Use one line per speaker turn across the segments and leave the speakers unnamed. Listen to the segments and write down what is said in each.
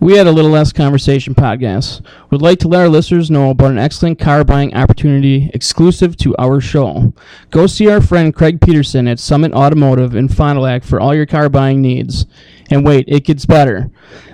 We had a little less conversation podcast. Would like to let our listeners know about an excellent car buying opportunity exclusive to our show. Go see our friend Craig Peterson at Summit Automotive in Fond du Lac for all your car buying needs. And wait, it gets better.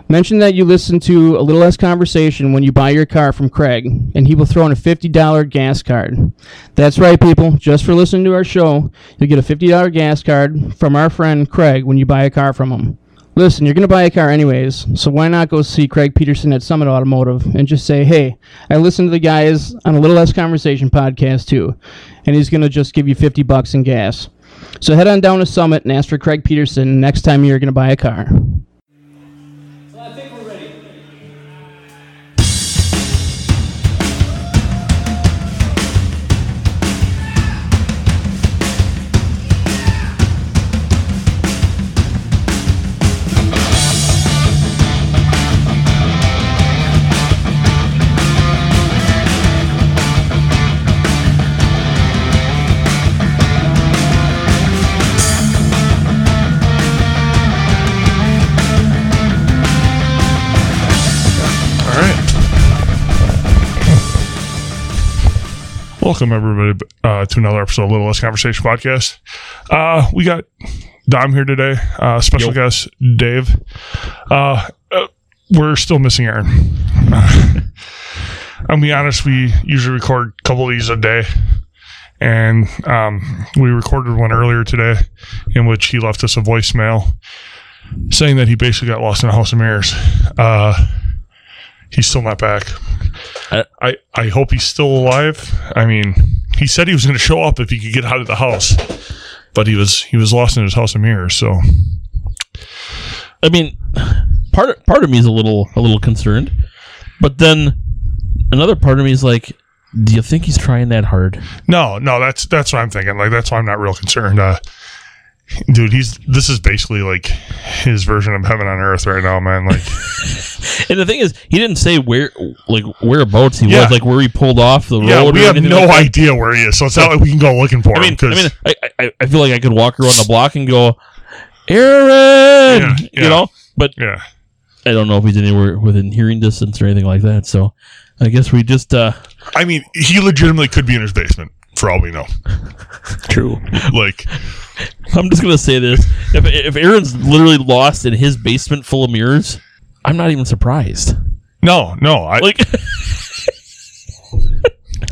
Mention that you listen to a little less conversation when you buy your car from Craig, and he will throw in a $50 gas card. That's right, people. Just for listening to our show, you'll get a $50 gas card from our friend Craig when you buy a car from him. Listen, you're going to buy a car anyways, so why not go see Craig Peterson at Summit Automotive and just say, hey, I listened to the guys on a Little Less Conversation podcast too, and he's going to just give you 50 bucks in gas. So head on down to Summit and ask for Craig Peterson next time you're going to buy a car.
I think we're ready.
All right. Welcome everybody uh, to another episode of Little Less Conversation podcast. Uh, we got Dom here today, uh, special guest Dave. Uh, uh, we're still missing Aaron. I'll be honest, we usually record a couple of these a day, and um, we recorded one earlier today, in which he left us a voicemail saying that he basically got lost in a house of mirrors. Uh, he's still not back.
Uh,
I, I hope he's still alive. I mean, he said he was going to show up if he could get out of the house, but he was he was lost in his house of mirrors. So
I mean, part of, part of me is a little a little concerned, but then another part of me is like, do you think he's trying that hard?
no, no, that's that's what I'm thinking. Like that's why I'm not real concerned. Uh, dude, he's this is basically like his version of heaven on earth right now, man. Like
And the thing is, he didn't say where like whereabouts he
Yeah.
was, like where he pulled off the
yeah,
road.
we
or
have
anything
no
like that.
idea where he is, so it's not like we can go looking for
I
him.
mean, I
'cause-
mean, I, I I feel like I could walk around the block and go, Aaron,
Yeah, yeah.
you know. But
yeah,
I don't know if he's anywhere within hearing distance or anything like that. So I guess we just uh
I mean, he legitimately could be in his basement for all we know.
true.
Like,
I'm just gonna say this: if if Aaron's literally lost in his basement full of mirrors, I'm not even surprised.
no, no, I
Like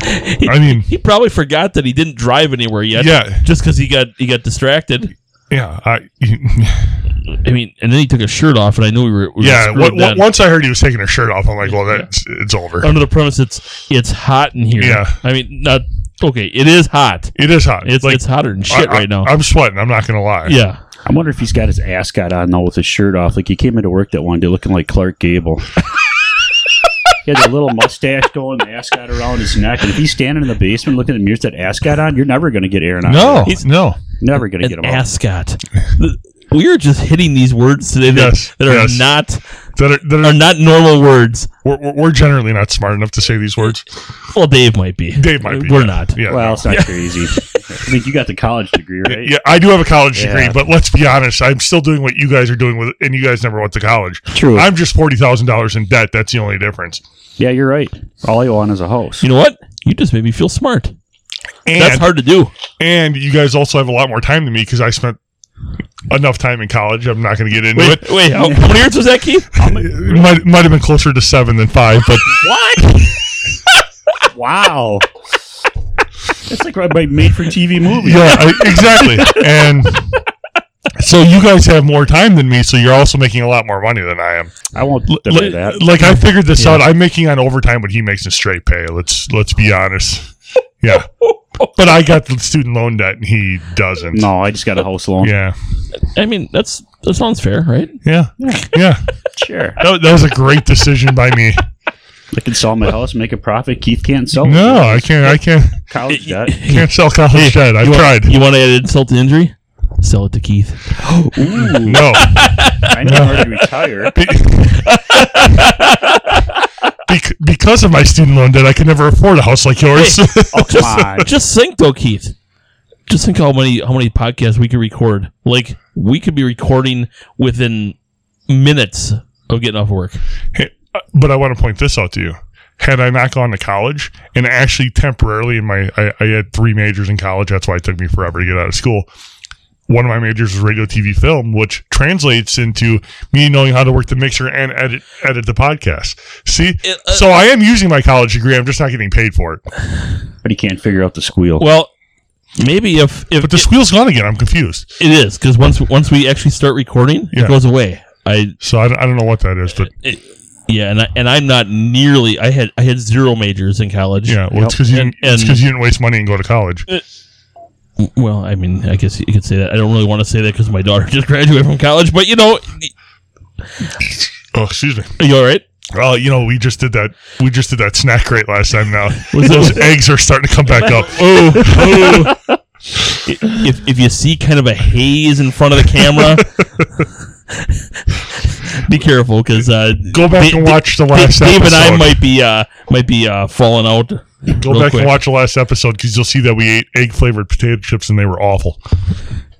I mean,
he probably forgot that he didn't drive anywhere yet.
yeah,
Just because he got he got distracted.
yeah, I.
I mean, and then he took his shirt off, and I knew we were. We were
Yeah,
screwed
what,
then. Um,
once I heard he was taking her shirt off, I'm like, well, that's it's over.
under the premise it's it's hot in here.
Yeah.
I mean, not okay. It is hot.
It is hot.
It's it's hotter than shit
I- I-
right now.
I'm sweating. I'm not gonna lie.
yeah.
I wonder if he's got his ascot on though with his shirt off. Like he came into work that one day looking like Clark Gable. he had a little mustache going, the ascot around his neck. And if he's standing in the basement looking at the mirrors that ascot on, you're never going to get Aaron out.
No,
He's-
no.
never going to get
An
him out.
ascot. The- we are just hitting these words today that,
Yes,
that are
yes.
not
That are, that
are
are,
not normal words.
we're- we're, we're generally not smart enough to say these words.
Well, Dave might be.
Dave might be.
We're
yeah.
not.
Yeah.
Well, it's not crazy. I think you got the college degree, right?
yeah, I do have a college degree,
Yeah.
but let's be honest. I'm still doing what you guys are doing with, and you guys never went to college.
True.
I'm just forty thousand dollars in debt. That's the only difference.
yeah, you're right. All you want is a house.
You know what? You just made me feel smart. That's
And
hard to do.
and you guys also have a lot more time than me because I spent enough time in college. I'm not going to get into
Wait, wait. How, how many years was that, Keith?
it. It might might have been closer to seven than five, but
What?
wow. That's like my made for TV movie.
Yeah, I, exactly. and so you guys have more time than me, so you're also making a lot more money than I am.
I won't deny
Like,
that.
like, I figured this out. I'm making on overtime what he makes in straight pay. Let's let's be honest. Yeah, but I got the student loan debt and he doesn't.
No, I just got a house loan.
Yeah,
I mean, that's that sounds fair, right?
yeah, yeah.
Sure.
That, that was a great decision by me.
I can sell my house, make a profit. Keith can't sell.
No, I can't. I can't.
college debt.
Can't sell college debt. I've
you
tried.
Want, you want to add insult to injury? Sell it to Keith.
Ooh,
No,
I know where to retire.
Bec- because of my student loan debt, I could never afford a house like yours.
Oh, come on.
Just think though, Keith. Just think how many how many podcasts we could record. Like we could be recording within minutes of getting off work.
Hey, uh, but I want to point this out to you. Had I not gone to college and actually temporarily in my, I, I had three majors in college. That's why it took me forever to get out of school. One of my majors was radio, TV, film, which translates into me knowing how to work the mixer and edit edit the podcast. See,
It- uh,
so I am using my college degree. I'm just not getting paid for it.
But he can't figure out the squeal.
Well, maybe if if
But the squeal's gone again. I'm confused.
it, it is because once once we actually start recording,
Yeah.
it goes away. I
So I don't, I don't know what that is, but
it, yeah, and I, and I'm not nearly. I had I had zero majors in college.
yeah, well, it's because you
And-
didn't, it's
and-
'cause you didn't waste money and go to college.
Well, I mean, I guess you could say that. I don't really want to say that because my daughter just graduated from college. But you know,
Oh, excuse me.
are you all right?
Oh, you know, we just did that. We just did that snack crate last time. Now
Was
those
it-
eggs are starting to come back up.
Oh,
oh.
if if you see kind of a haze in front of the camera, be careful because uh,
Go back
Da-
and
Da-
watch the
Da-
last
Dave and
episode.
I might be uh, might be uh, falling out.
Go
real
back
quick.
and watch the last episode because you'll see that we ate egg flavored potato chips and they were awful.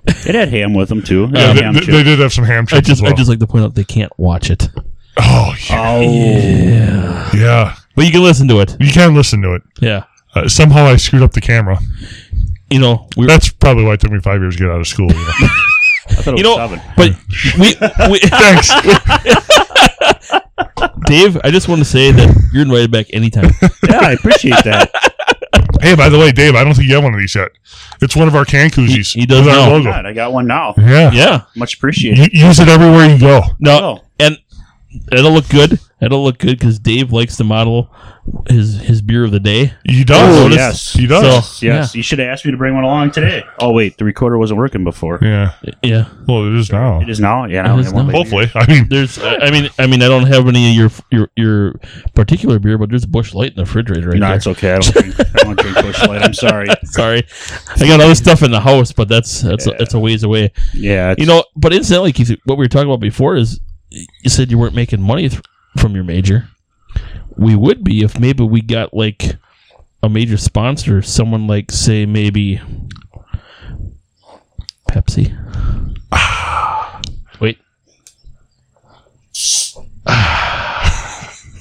It had ham with him too. It
Yeah,
had
they,
ham
they-
chip.
they did have some ham
I
chips.
just
as well.
I just like to point out they can't watch it,
oh yeah,
oh,
yeah.
but you can listen to it.
You can listen to it.
Yeah,
Uh, somehow I screwed up the camera.
you know we
That's probably why it took me five years to get out of school. you know.
I thought it
you know
was seven.
but we, we
Thanks.
Dave. I just want to say that you're invited back anytime.
Yeah, I appreciate that.
Hey, by the way, Dave, I don't think you have one of these yet. It's one of our can koozies.
he does
with our
now.
logo.
God, I got one now.
Yeah.
Yeah,
Much appreciated.
You, use it everywhere you go.
no,
Oh,
and it'll look good. It'll look good because Dave likes to model his his beer of the day.
He does.
Oh, yes.
He does.
So
yes, you should have asked me to bring one along today. Oh wait, the recorder wasn't working before.
yeah.
yeah.
Well, it is now.
It is now. Yeah, I
It
don't
is
have one
now.
later.
Hopefully. I mean,
There's, I I mean, I mean, I don't have any of your your your particular beer, but there's Bush Light in the refrigerator right
no,
there.
it's okay. I don't drink. I don't drink Bush Light. I'm sorry.
Sorry, I got other stuff in the house, but that's that's
Yeah.
that's a ways away.
Yeah, it's-
You know, but incidentally, Keith, what we were talking about before is you said you weren't making money th- from your major. We would be if maybe we got like a major sponsor, someone like say maybe Pepsi. Wait,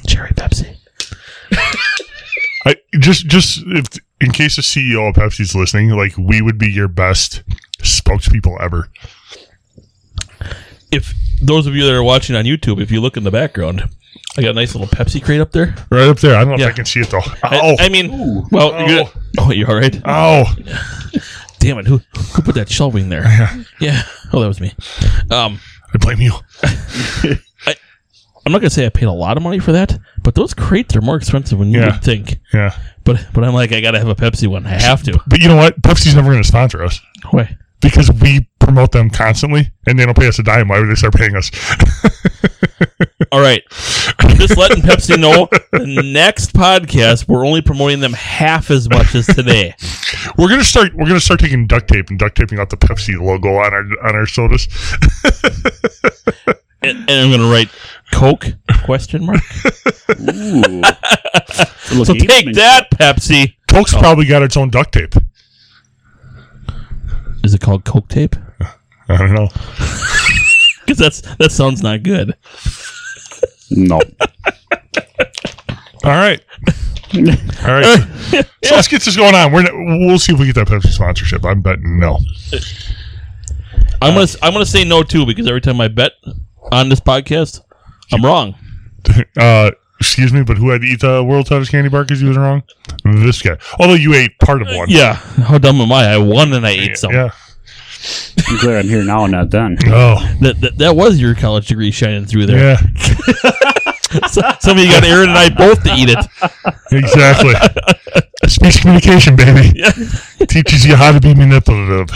cherry Pepsi.
I just just if in case the CEO of Pepsi's listening, like we would be your best spokespeople ever.
if those of you that are watching on YouTube, if you look in the background, I got a nice little Pepsi crate up there.
Right up there. I don't know
Yeah.
if I can see it though.
I,
Oh.
I mean, well,
Ow.
you're, oh, you're all right.
Oh,
Damn it, who who put that shelving there? Yeah. Oh, that was me. Um,
I blame you.
I'm not gonna say I paid a lot of money for that, but those crates are more expensive than you
Yeah.
would think.
Yeah,
But but I'm like, I gotta have a Pepsi one. I have to.
but you know what? Pepsi's never going to sponsor us
Why?
because we promote them constantly, and they don't pay us a dime. Why would they start paying us?
All right. Just letting Pepsi know the next podcast we're only promoting them half as much as today.
We're gonna start. We're gonna start taking duct tape and duct taping out the Pepsi logo on our on our sodas.
And, and I'm gonna write Coke question mark.
Ooh.
So take that, Pepsi.
Coke's probably got its own duct tape.
Is it called Coke tape?
I don't know.
Because that's that sounds not good.
No.
All right. All right. So let's get this going on. We're n- we'll see if we get that Pepsi sponsorship. I'm betting no.
I'm
Uh,
gonna I'm gonna say no too because every time I bet on this podcast, I'm wrong.
Uh, excuse me, but who had to eat the world's hottest candy bar because he was wrong? This guy. Although you ate part of one.
Yeah, how dumb am I? I won and I ate some.
Yeah.
I'm glad I'm here now and not then.
Oh.
That, that that was your college degree shining through there.
Yeah.
So, some of you got Aaron and I both to eat it.
Exactly. Speech communication, baby. Teaches you how to be manipulative.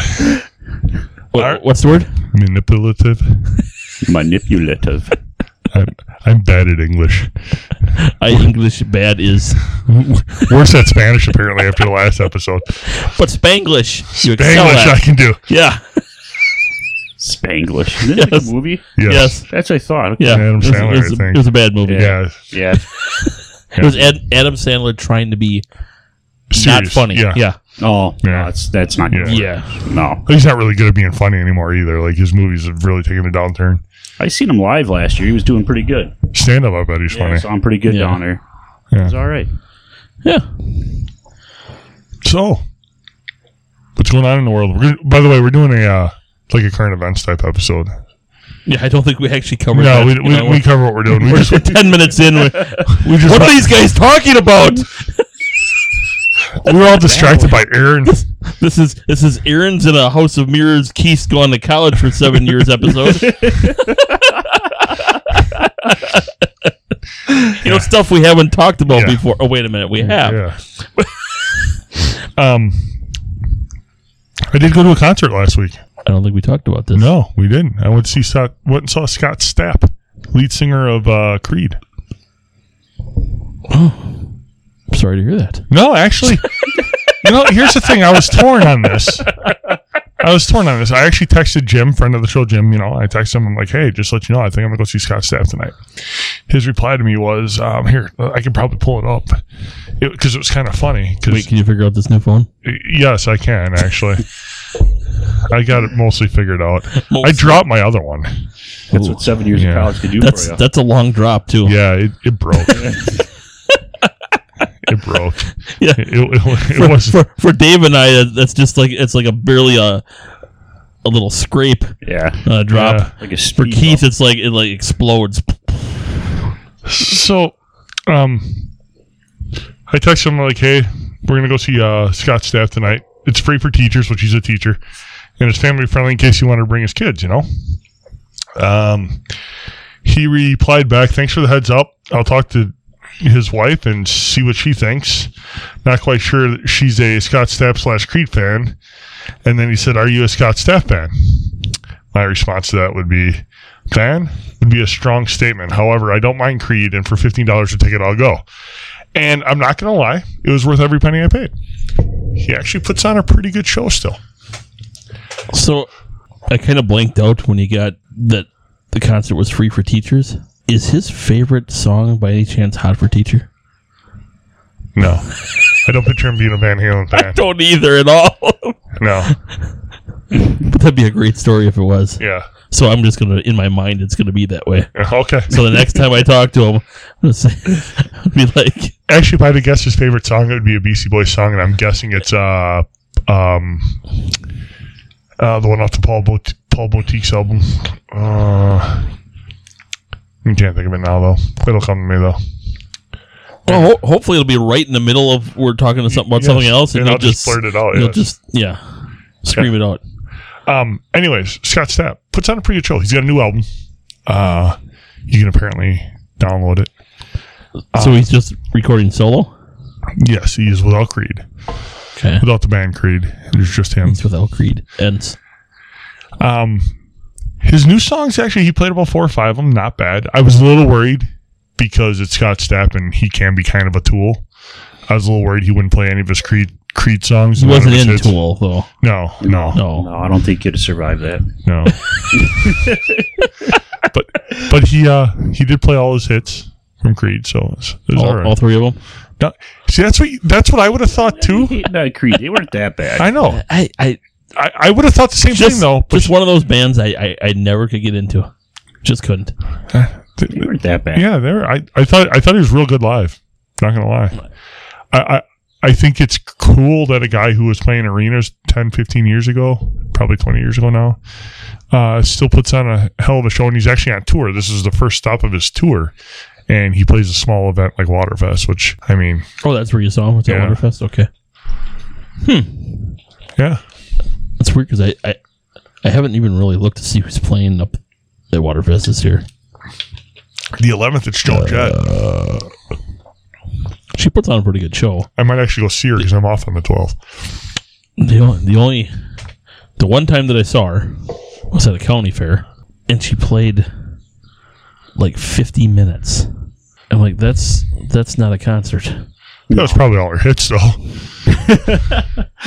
What, what's the word?
Manipulative.
Manipulative.
I'm, I'm bad at English.
I English bad is,
Worse at Spanish apparently after the last episode.
but Spanglish you excel
English I
at.
can do.
Yeah.
Spanglish. Isn't that
Yes.
a movie?
Yes.
Yes.
That's what I thought.
Yeah.
Adam
it, was,
Sandler,
it was
I
a,
think.
it was a bad movie.
Yeah.
Yeah.
It was Ad, Adam Sandler trying to be not
Serious.
funny.
Yeah.
Yeah.
Oh, no,
Yeah.
that's that's not
Yeah.
good.
Yeah.
No.
He's not really good at being funny anymore either. Like his movies have really taken a downturn.
I seen him live last year. He was doing pretty good.
Stand up, I bet he's
Yeah,
funny.
so I'm pretty good
Yeah.
down there.
Yeah.
It was all right.
Yeah.
So, what's going on in the world? We're, gonna- by the way, we're doing a uh, like a current events type episode.
Yeah, I don't think we actually covered
No,
that.
we,
Oh You
we,
know,
we cover what we're doing. We
we're
just,
just 10 minutes in. we-
we just
What are these guys talking about?
we were all distracted by Aaron.
This is this is Aaron's in a House of Mirrors. Keith's gone to college for seven years episode. you know stuff we haven't talked about
Yeah.
before. Oh wait a minute, we have.
Yeah. um, I did go to a concert last week.
I don't think we talked about this.
No, we didn't. I went to see Scott, went and saw Scott Stapp, lead singer of uh, Creed.
Oh. sorry to hear that.
No, actually, you know, here's the thing. I was torn on this. I was torn on this. I actually texted Jim, friend of the show, Jim. You know, I texted him. I'm like, hey, just to let you know, I think I'm gonna go see Scott Staff tonight. His reply to me was, um, here, I can probably pull it up because it, was kind of funny. 'cause-
Wait, can you figure out this new phone?
yes, I can actually. I got it mostly figured out. I
Mostly.
dropped my other one.
That's what seven years
Yeah.
of college could do
That's
for you.
that's a long drop too.
Yeah, it, it broke. it broke.
Yeah.
It, it, it
For,
was
for, for Dave and I, uh, that's just like it's like a barely a a little scrape
yeah,
uh, drop.
Yeah.
like
For
a speed
Keith, it's like it like explodes.
So, um, I texted him like, "Hey, we're gonna go see uh, Scott Staff tonight. It's free for teachers, which he's a teacher, and it's family friendly in case you want to bring his kids. You know." Um, he replied back, "Thanks for the heads up. I'll talk to his wife and see what she thinks. Not quite sure that she's a Scott Staff slash Creed fan." And then he said, "Are you a Scott Staff fan?" My response to that would be, fan would be a strong statement. However, I don't mind Creed, and for fifteen dollars a ticket, I'll go. And I'm not gonna lie, it was worth every penny I paid. He actually puts on a pretty good show still.
So I kind of blanked out when he got that the concert was free for teachers. Is his favorite song by any chance "Hot for Teacher"?
No, I don't picture him being a Van Halen fan.
Don't either at all. but
No,
that'd be a great story if it was.
yeah,
So I'm just gonna, in my mind, it's gonna be that way.
Yeah, okay.
So the next time I talk to him, I'm gonna say, I'd be like,
Actually, if I had to guess his favorite song, it would be a Beastie Boys song, and I'm guessing it's uh, um, uh, the one off the Paul Bot- Paul Boutique's album. Uh, I can't think of it now though. It'll come to me though.
well, ho- hopefully it'll be right in the middle of we're talking to something about
Yes,
something else, and,
and
you'll
I'll just blurt it out,
You'll
yes.
just yeah, scream it out.
Um, anyways, Scott Stapp puts on a pretty good show. He's got a new album. Uh, you can apparently download it. Uh,
so he's just recording solo.
Yes, he is without Creed,
Okay,
without the band Creed. There's just him.
he's with El Creed and.
Um, his new songs actually, he played about four or five of them. Not bad. I was a little worried because it's Scott Stapp and he can be kind of a tool. I was a little worried he wouldn't play any of his Creed Creed songs.
He
none of
wasn't
his
in
hits.
Tool though.
No, no,
No.
No, I don't think you'd survive that.
no. but but he uh he did play all his hits from Creed, so it was, it was all
All,
right.
all three of them.
No, see, that's what you- that's what I would have thought too.
Not Creed. They weren't that bad.
I know.
I, I
I, I would have thought the same
just,
thing though. Oh. But
just one of those bands I, I, I never could get into. Just couldn't.
th-
They weren't that bad.
yeah, there. I, I thought I thought he was real good live. Not gonna lie. I, I I think it's cool that a guy who was playing arenas 10, 15 years ago, probably twenty years ago now, uh, still puts on a hell of a show, and he's actually on tour. This is the first stop of his tour. And he plays a small event like Waterfest, which I mean,
Oh, that's where you saw him at the
Yeah.
Waterfest. Okay,
yeah,
that's weird because I, I I haven't even really looked to see who's playing up at Waterfest this year.
the eleventh it's Joan Jett.
She puts on a pretty good show.
I might actually go see her because I'm off on the twelfth.
The only, the only the one time that I saw her was at a county fair, and she played like fifty minutes. I'm like, that's that's not a concert.
That was probably all her hits though.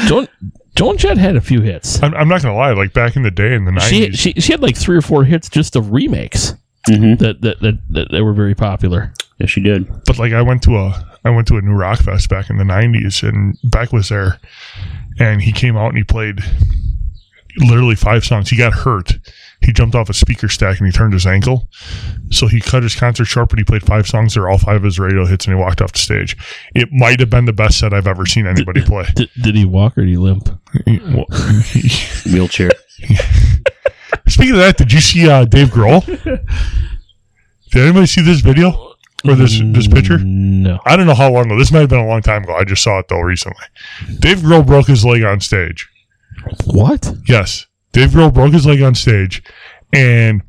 Joan Joan Jett had a few hits.
I'm, I'm not gonna lie. Like back in the day in the
she,
nineties,
she she had like three or four hits just of remakes
Mhm.
that, that, that, that that were very popular.
Yes, she did.
but like I went to a I went to a new rock fest back in the nineties, and Beck was there, and he came out and he played literally five songs. He got hurt. he jumped off a speaker stack and he turned his ankle. So he cut his concert short, but he played five songs. They're all five of his radio hits, and he walked off the stage. It might have been the best set I've ever seen anybody play.
Did, did he walk or did he limp?
Well,
Wheelchair.
Speaking of that, did you see uh, Dave Grohl? Did anybody see this video or this this picture?
No.
I don't know how long ago. This might have been a long time ago. I just saw it though recently. Dave Grohl broke his leg on stage.
What?
Yes, Dave Grohl broke his leg on stage, and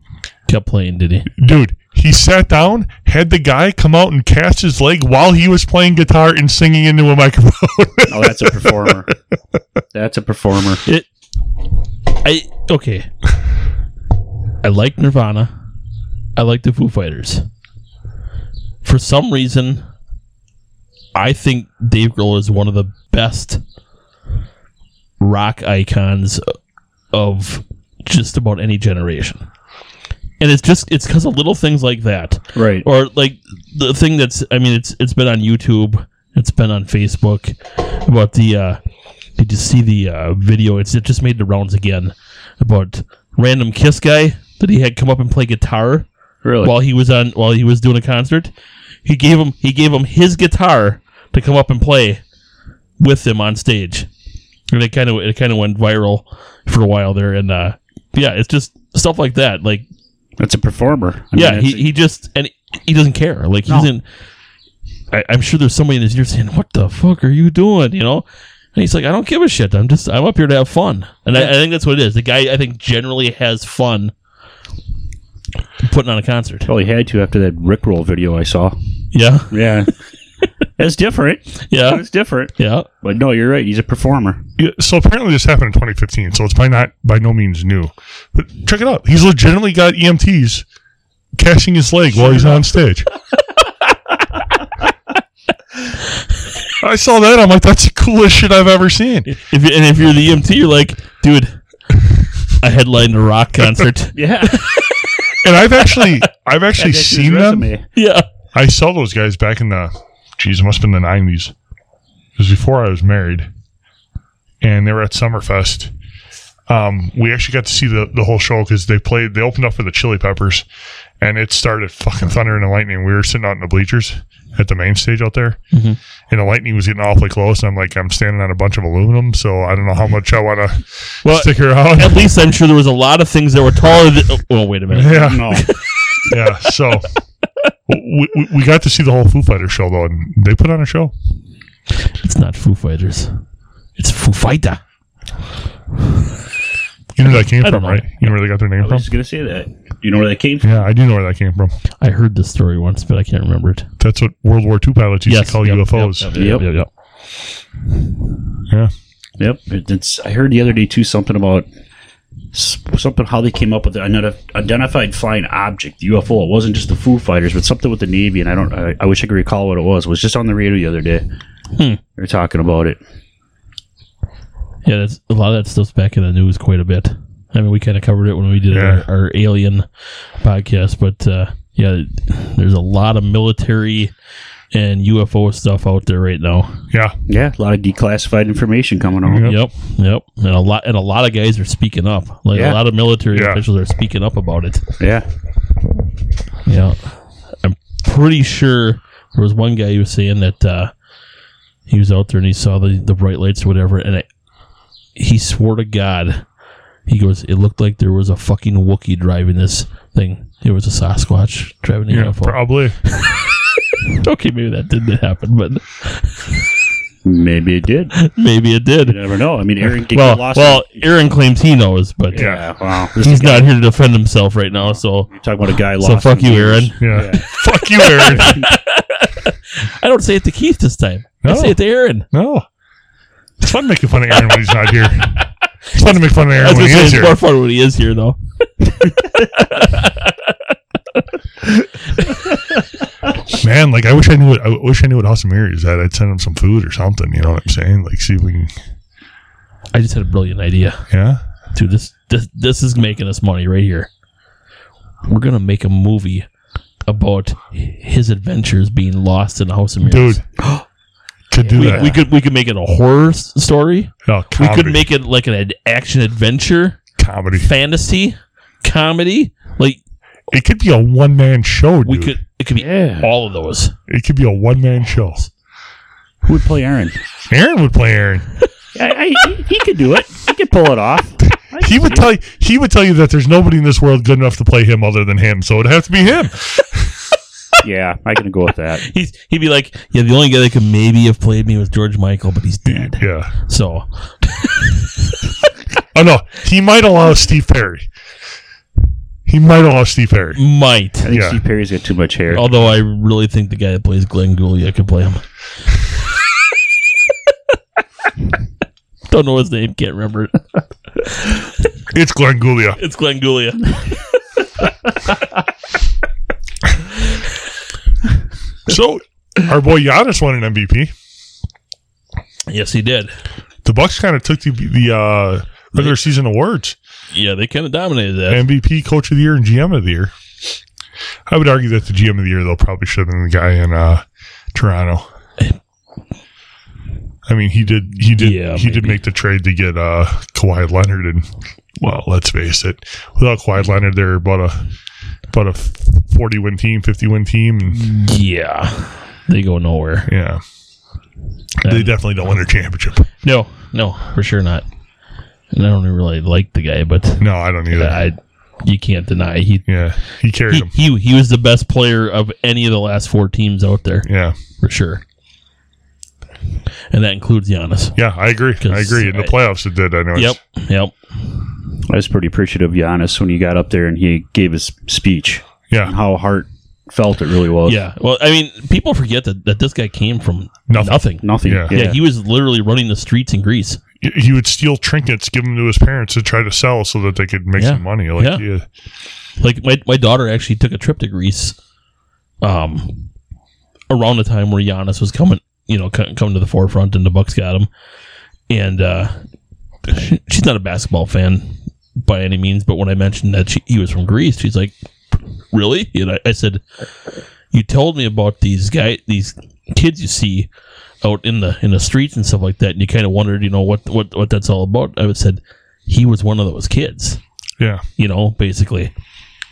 Kept playing, did he?
dude, he sat down, had the guy come out and cast his leg while he was playing guitar and singing into a microphone.
Oh, that's a performer. that's a performer.
It. I okay. I like Nirvana. I like the Foo Fighters. For some reason, I think Dave Grohl is one of the best rock icons of just about any generation. And it's just it's because of little things like that.
Right.
or like the thing that's i mean it's it's been on youtube it's been on facebook about the uh did you see the uh video it's it just made the rounds again about random kiss guy that he had come up and play guitar
Really?
while he was on while he was doing a concert he gave him he gave him his guitar to come up and play with him on stage and it kind of it kind of went viral for a while there and uh yeah it's just stuff like that like
that's a performer. I mean,
yeah,
that's-
he, he just and he doesn't care. Like he
No.
doesn't. I, I'm sure there's somebody in his ear saying, "What the fuck are you doing?" You know, and he's like, "I don't give a shit. I'm just I'm up here to have fun." And I, I think that's what it is. The guy I think generally has fun putting on a concert.
probably had to after that Rickroll video I saw.
Yeah,
Yeah. that's different.
yeah,
That's different.
yeah.
But no, you're right. He's a performer.
Yeah, so apparently this happened in 2015, so it's by not by no means new. But check it out. He's legitimately got E EMTs casting his leg while he's on stage. I saw that. I'm like, that's the coolest shit I've ever seen.
If you, and if you're the EMT, you're like, dude, I headlined a rock concert.
Yeah.
And I've actually, I've actually
That's his
seen them.
resume.
yeah,
I saw those guys back in the, geez, it must have been the 90s. It was before I was married, and they were at Summerfest. Um, we actually got to see the, the whole show because they played. They opened up for the Chili Peppers, and it started fucking thundering and lightning. We were sitting out in the bleachers at the main stage out there,
Mhm.
and the lightning was getting awfully close. And I'm like, I'm standing on a bunch of aluminum, so I don't know how much I want to
Well,
stick around.
at least I'm sure there was a lot of things that were taller. Than, oh, well, wait a minute.
yeah,
No.
yeah. So we, we, we got to see the whole Foo Fighter show though, and they put on a show.
It's not Foo Fighters. It's Foo Fighter.
You know where that came
I don't
from,
know.
right? You know where they got their
I
name
was
from?
just going to say that. Do you know where that came from?
Yeah, I do know where that came from.
I heard this story once, but I can't remember it.
That's what World War II pilots used to call
yep,
UFOs.
Yep, yep, yep, yep.
Yep. It- It's, I heard the other day, too, something about s- something how they came up with the identi- identified flying object UFO. It wasn't just the Foo Fighters, but something with the Navy. And I don't, I, I wish I could recall what it was. It was just on the radio the other day. They were talking about it.
Yeah, that's, a lot of that stuff's back in the news quite a bit. I mean, we kind of covered it when we did
Yeah.
our, our alien podcast, but uh, yeah, there's a lot of military and UFO stuff out there right now.
Yeah,
Yeah, a lot of declassified information coming out.
Yep.
Yep, yep, and a lot and a lot of guys are speaking up. Like
Yeah.
a lot of military
Yeah.
officials are speaking up about it.
Yeah.
Yeah. I'm pretty sure there was one guy who was saying that uh, he was out there and he saw the, the bright lights or whatever, and I, he swore to God, he goes, it looked like there was a fucking Wookiee driving this thing. It was a Sasquatch driving the
yeah,
UFO.
probably.
okay, maybe that didn't happen, but
Maybe it did.
maybe it
You
did.
never know. I mean, Aaron Dick
Well,
lost.
well, Aaron claims he knows, but
yeah. Wow. This
he's
is
not here to defend himself right now. So,
talking about a guy lost.
so fuck
in
you,
years.
Aaron.
Yeah. Fuck you, Aaron.
I don't say it to Keith this time. I
No.
say it to Aaron.
No. It's fun making fun of Aaron when he's not here. It's fun to make fun of
I
Aaron
was
when
gonna
he
say
is
it's
here.
more fun when he is here, though.
Man, like I wish I knew what I wish I knew what awesome Mary is at. I'd send him some food or something. You know what I'm saying? Like, see if we can.
I just had a brilliant idea,
Yeah.
dude. This this this is making us money right here. We're gonna make a movie about his adventures being lost in a house of mirrors.
Dude. Could do
we,
that.
we could we could make it a horror s- story.
oh,
We could
comedy.
make it like an ad- action adventure
comedy.
fantasy. comedy. Like
It could be a one man show, dude.
we could, it could be
Yeah.
all of those.
It could be a one man show.
Who would play Aaron?
Aaron would play Aaron.
I, I, he, he could do it. He could pull it off. I
He would
see it.
tell you, he would tell you that there's nobody in this world good enough to play him other than him. So it'd have to be him.
Yeah, I can go with that.
He's, he'd be like, yeah, the only guy that could maybe have played me was George Michael, but he's dead.
Yeah.
So
Oh no, he might allow Steve Perry. He might allow Steve Perry.
might.
I think
Yeah. Oh.
Steve Perry's got too much hair.
Although I really think the guy that plays Glenn Goulia could play him. Don't know his name, can't remember it.
It's Glenn Goulia.
It's Glenn Goulia.
So our boy Giannis won an MVP.
yes, he did.
The Bucks kind of took the the uh, regular season awards,
Yeah, they kind of dominated that.
MVP, Coach of the Year, and GM of the Year. I would argue that the GM of the Year though probably should have been the guy in uh, Toronto. I mean, he did he did
Yeah,
he did
maybe.
make the trade to get uh, Kawhi Leonard, and well, let's face it, without Kawhi Leonard, they're about a about a forty win team, fifty win team, and
Mm. yeah, they go nowhere.
Yeah.
Yeah.
They definitely don't win a championship.
No, no, for sure not. And I don't really like the guy, but
No, I don't either.
I Hmm. you can't deny he
yeah. He carried
he,
them.
he he was the best player of any of the last four teams out there
Yeah.
for sure. And that includes Giannis.
Yeah, I agree. I agree. In the
I-
playoffs, it did. I know.
Yep, yep.
I was pretty appreciative of Giannis when he got up there and he gave his speech and
Yeah.
how heartfelt it really was.
Yeah. Well, I mean, people forget that, that this guy came from
Nothing.
nothing.
Nothing.
Yeah.
Yeah. he was literally running the streets in Greece.
Y- He would steal trinkets, give them to his parents to try to sell so that they could make
Yeah.
some money. Like,
Yeah.
yeah.
Like my, my daughter actually took a trip to Greece, um, around the time where Giannis was coming, you know, co- coming to the forefront, and the Bucks got him. And uh, she, she's not a basketball fan by any means, but when I mentioned that she, he was from Greece, she's like, "Really?" And I, I said, "You told me about these guy, these kids you see out in the in the streets and stuff like that, and you kind of wondered, you know, what what what that's all about." I would said, "He was one of those kids."
Yeah.
you know, basically.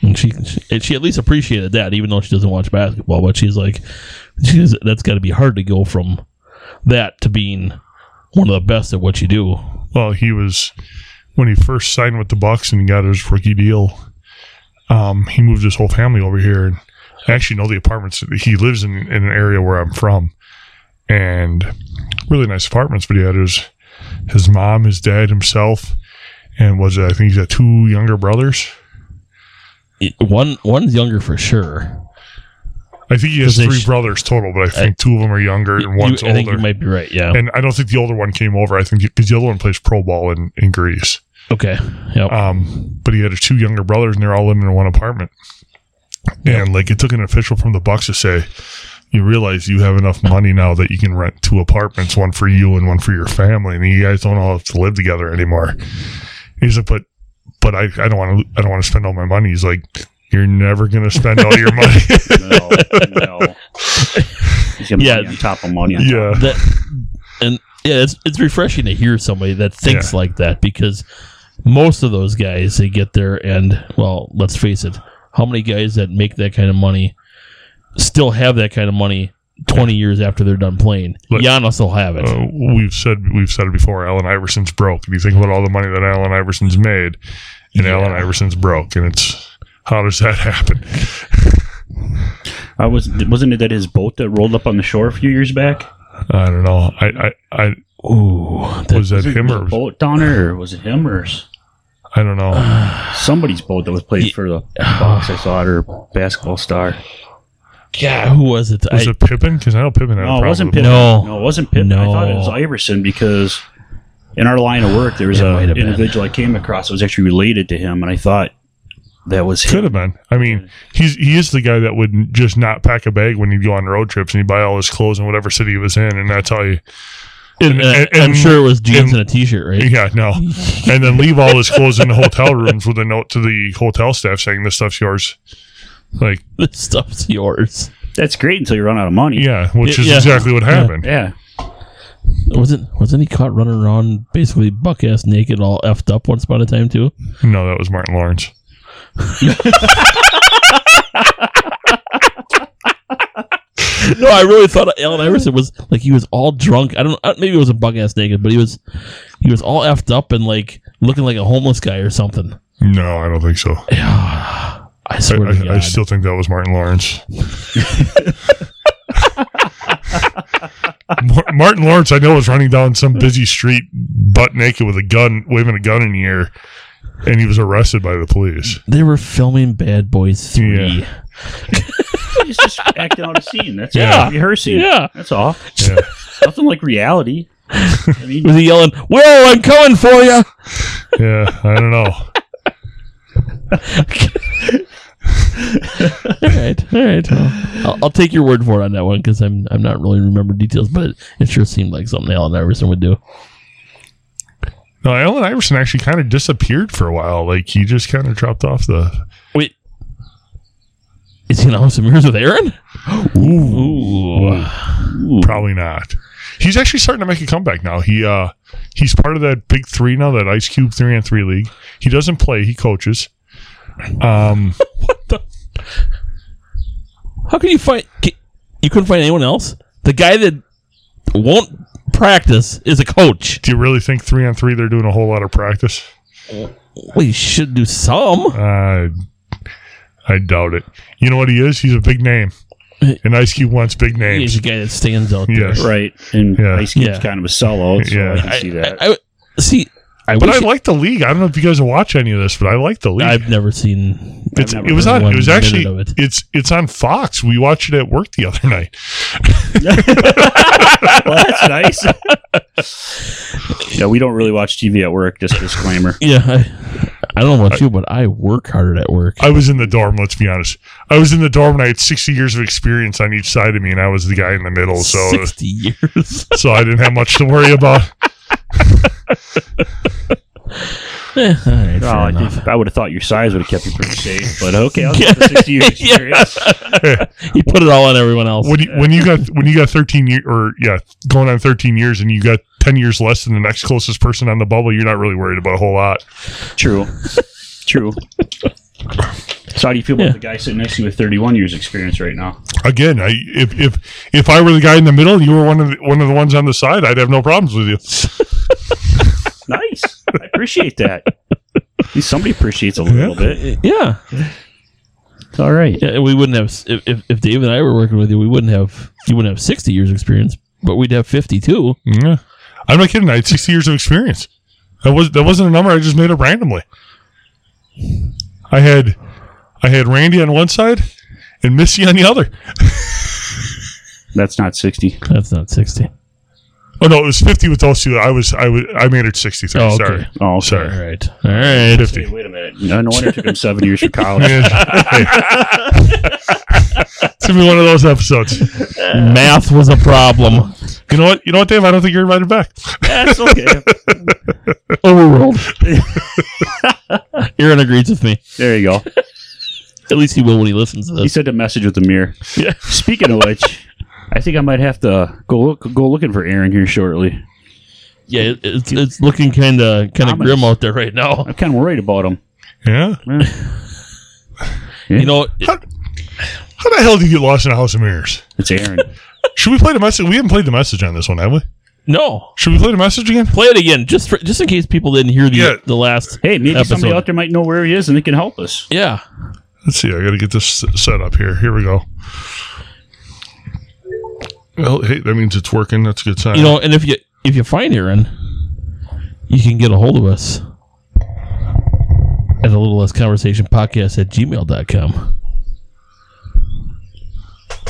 And she, she and she at least appreciated that, even though she doesn't watch basketball. But she's like, she's that's got to be hard to go from that to being one of the best at what you do.
Well, he was when he first signed with the Bucks and got his rookie deal. Um, he moved his whole family over here, and I actually know the apartments. He lives in, in an area where I'm from, and really nice apartments. But he had his his mom, his dad, himself, and was it, I think he's got two younger brothers.
It- One one's younger for sure.
I think he has
'Cause they
three
sh-
brothers total, but I think two of them are younger and
You-
one's
I think you
older.
might be right. Yeah.
and I don't think the older one came over. I think because the other one plays pro ball in, in Greece.
Okay. Yep.
Um, but he had his two younger brothers, and they're all living in one apartment. And like, it took an official from the Bucks to say, "You realize you have enough money now that you can rent two apartments, one for you and one for your family, and you guys don't all have to live together anymore." He's like, "But, but I, I don't want to. I don't want to spend all my money." He's like, "You're never gonna spend all your money."
No, no. He's gonna
Yeah.
be on top of money. On top.
yeah,
that and yeah, it's it's refreshing to hear somebody that thinks
Yeah.
like that because most of those guys they get there and well, let's face it, how many guys that make that kind of money still have that kind of money twenty years after they're done playing?
Look-
Giannis will have it.
uh, we've said we've said it before. Allen Iverson's broke. If you think about all the money that Allen Iverson's made, and Allen Iverson's broke, and it's how does that happen?
I was wasn't it that his boat that rolled up on the shore a few years back?
I don't know. I I, I
Ooh, that-
was that him
Was
or
it boat downer or was it him or s-
I don't know.
Uh, somebody's boat that was played for the Bucks? I saw it or basketball star.
God, who was it?
Was
I-
it Pippin? Because I know Pippin had a
No,
problem.
it wasn't
with-
Pittman.
No.
it wasn't Pittman. I thought it was
No.
Iverson because in our line of work there was
It
a
might have been.
individual I came across that was actually related to him, and I thought that was
Could
him.
have been. I mean, he's he is the guy that would just not pack a bag when he'd go on road trips and he'd buy all his clothes in whatever city he was in, and that's how he.
and- and- uh, I'm
and-
sure it was jeans
and-
and a t-shirt, right?
Yeah, no, and then leave all his clothes in the hotel rooms with a note to the hotel staff saying this stuff's yours. Like
This stuff's yours.
That's great until you run out of money.
Yeah, which
Y-
is
yeah.
exactly what happened.
Yeah.
Wasn't wasn't he caught running around basically buck ass naked, all effed up once upon a time too?
No, that was Martin Lawrence.
No, I really thought Allen Iverson was like he was all drunk. I don't know, maybe it was a bug ass naked, but he was he was all effed up and like looking like a homeless guy or something.
No, I don't think so.
I
I,
swear to
I,
God.
I still think that was Martin Lawrence. Mar- Martin Lawrence, I know, was running down some busy street butt naked with a gun, waving a gun in the air, and he was arrested by the police.
they were filming Bad Boys Three.
Yeah.
He's just acting out a scene. That's
Yeah.
it. Rehearsing.
Yeah.
That's all.
Yeah.
Nothing like reality. I mean,
Was he yelling, "Whoa, I'm coming for you"?
yeah, I don't know.
all right, all right. Well, I'll, I'll take your word for it on that one because I'm I'm not really remember details, but it, it sure seemed like something Allen Iverson would do.
No, Allen Iverson actually kind of disappeared for a while. Like he just kind of dropped off the.
Wait, is he in a house of mirrors with Aaron? Ooh.
Probably not. He's actually starting to make a comeback now. He uh he's part of that big three now, that Ice Cube three and three league. He doesn't play, he coaches. Um
How can you find? Can, you couldn't find anyone else. The guy that won't practice is a coach.
do you really think three on three they're doing a whole lot of practice?
Well, you should do some.
Uh I doubt it. You know what he is? He's a big name. And Ice Cube wants big
He's
names.
the guy that stands out.
Yes.
right. And
Yeah.
Ice Cube's
Yeah.
kind of a sellout. So
Yeah.
I can
I,
see that.
I- I- see. I
But
wish
I like the league. I don't know if you guys watch any of this, but I like the league.
I've never seen.
it's,
never
it was
heard
on.
one
It was
minute
actually.
of it.
It's it's on Fox. We watched it at work the other night.
well, that's nice. yeah, we don't really watch TV at work. Just disclaimer.
Yeah, I, I don't know about you, but I work harder at work.
I was in the dorm. Let's be honest. I was in the dorm, and I had sixty years of experience on each side of me, and I was the guy in the middle. So
Sixty years.
so I didn't have much to worry about.
Eh, all right,
No,
fair
Oh, I,
enough.
think- I would have thought your size would have kept you pretty safe, but okay. I'll give it the 60 years experience.
You put it all on everyone else.
When you, when you got when you got thirteen year or yeah going on thirteen years, and you got ten years less than the next closest person on the bubble, you're not really worried about a whole lot.
True. True. So how do you feel about
Yeah.
the guy sitting next to you with 31 years experience right now?
Again, I if if if I were the guy in the middle, and you were one of the, one of the ones on the side, I'd have no problems with you.
Nice. I appreciate that. At least somebody appreciates a little bit.
yeah,
It's all right.
yeah, we wouldn't have s- if, if if Dave and I were working with you, we wouldn't have you wouldn't have sixty years experience, but we'd have fifty two.
Yeah, I'm not kidding. I had 60 years of experience. That was that wasn't a number I just made up randomly. I had I had Randy on one side and Missy on the other.
That's not 60.
That's not sixty.
Oh no, it was 50 with those two. I was I was I made it 63.
Oh, okay.
Sorry,
Oh,
sorry.
All right, all right.
50.
wait a minute. No, no wonder it took him seven years for college.
Yeah. Hey. it's gonna be one of those episodes.
Math was a problem.
You know what? You know what, Dave? I don't think you're invited back.
That's okay.
Overruled. Aaron agrees with me.
There you go.
At least he will when he listens to
He
this.
sent a message with the mirror.
Yeah.
Speaking of which, I think I might have to go look, go looking for Aaron here shortly.
Yeah, it, it's, it's looking kind of kind of
Ominous.
grim out there right now.
I'm kind of worried about him.
Yeah.
You know,
How the hell did you get lost in a house of mirrors?
It's Aaron.
Should we play the message? We haven't played the message on this one, have we?
no,
Should we play the message again?
play it again just for, just in case people didn't hear the
Yeah.
the last.
Hey, maybe somebody
Episode.
out there might know where he is and they can help us.
Yeah.
Let's see. I got to get this set up here. Here we go. Well, hey, that means it's working. That's a good sign.
You know, and if you if you find Aaron, you can get a hold of us at a little less conversation podcast at gmail.com.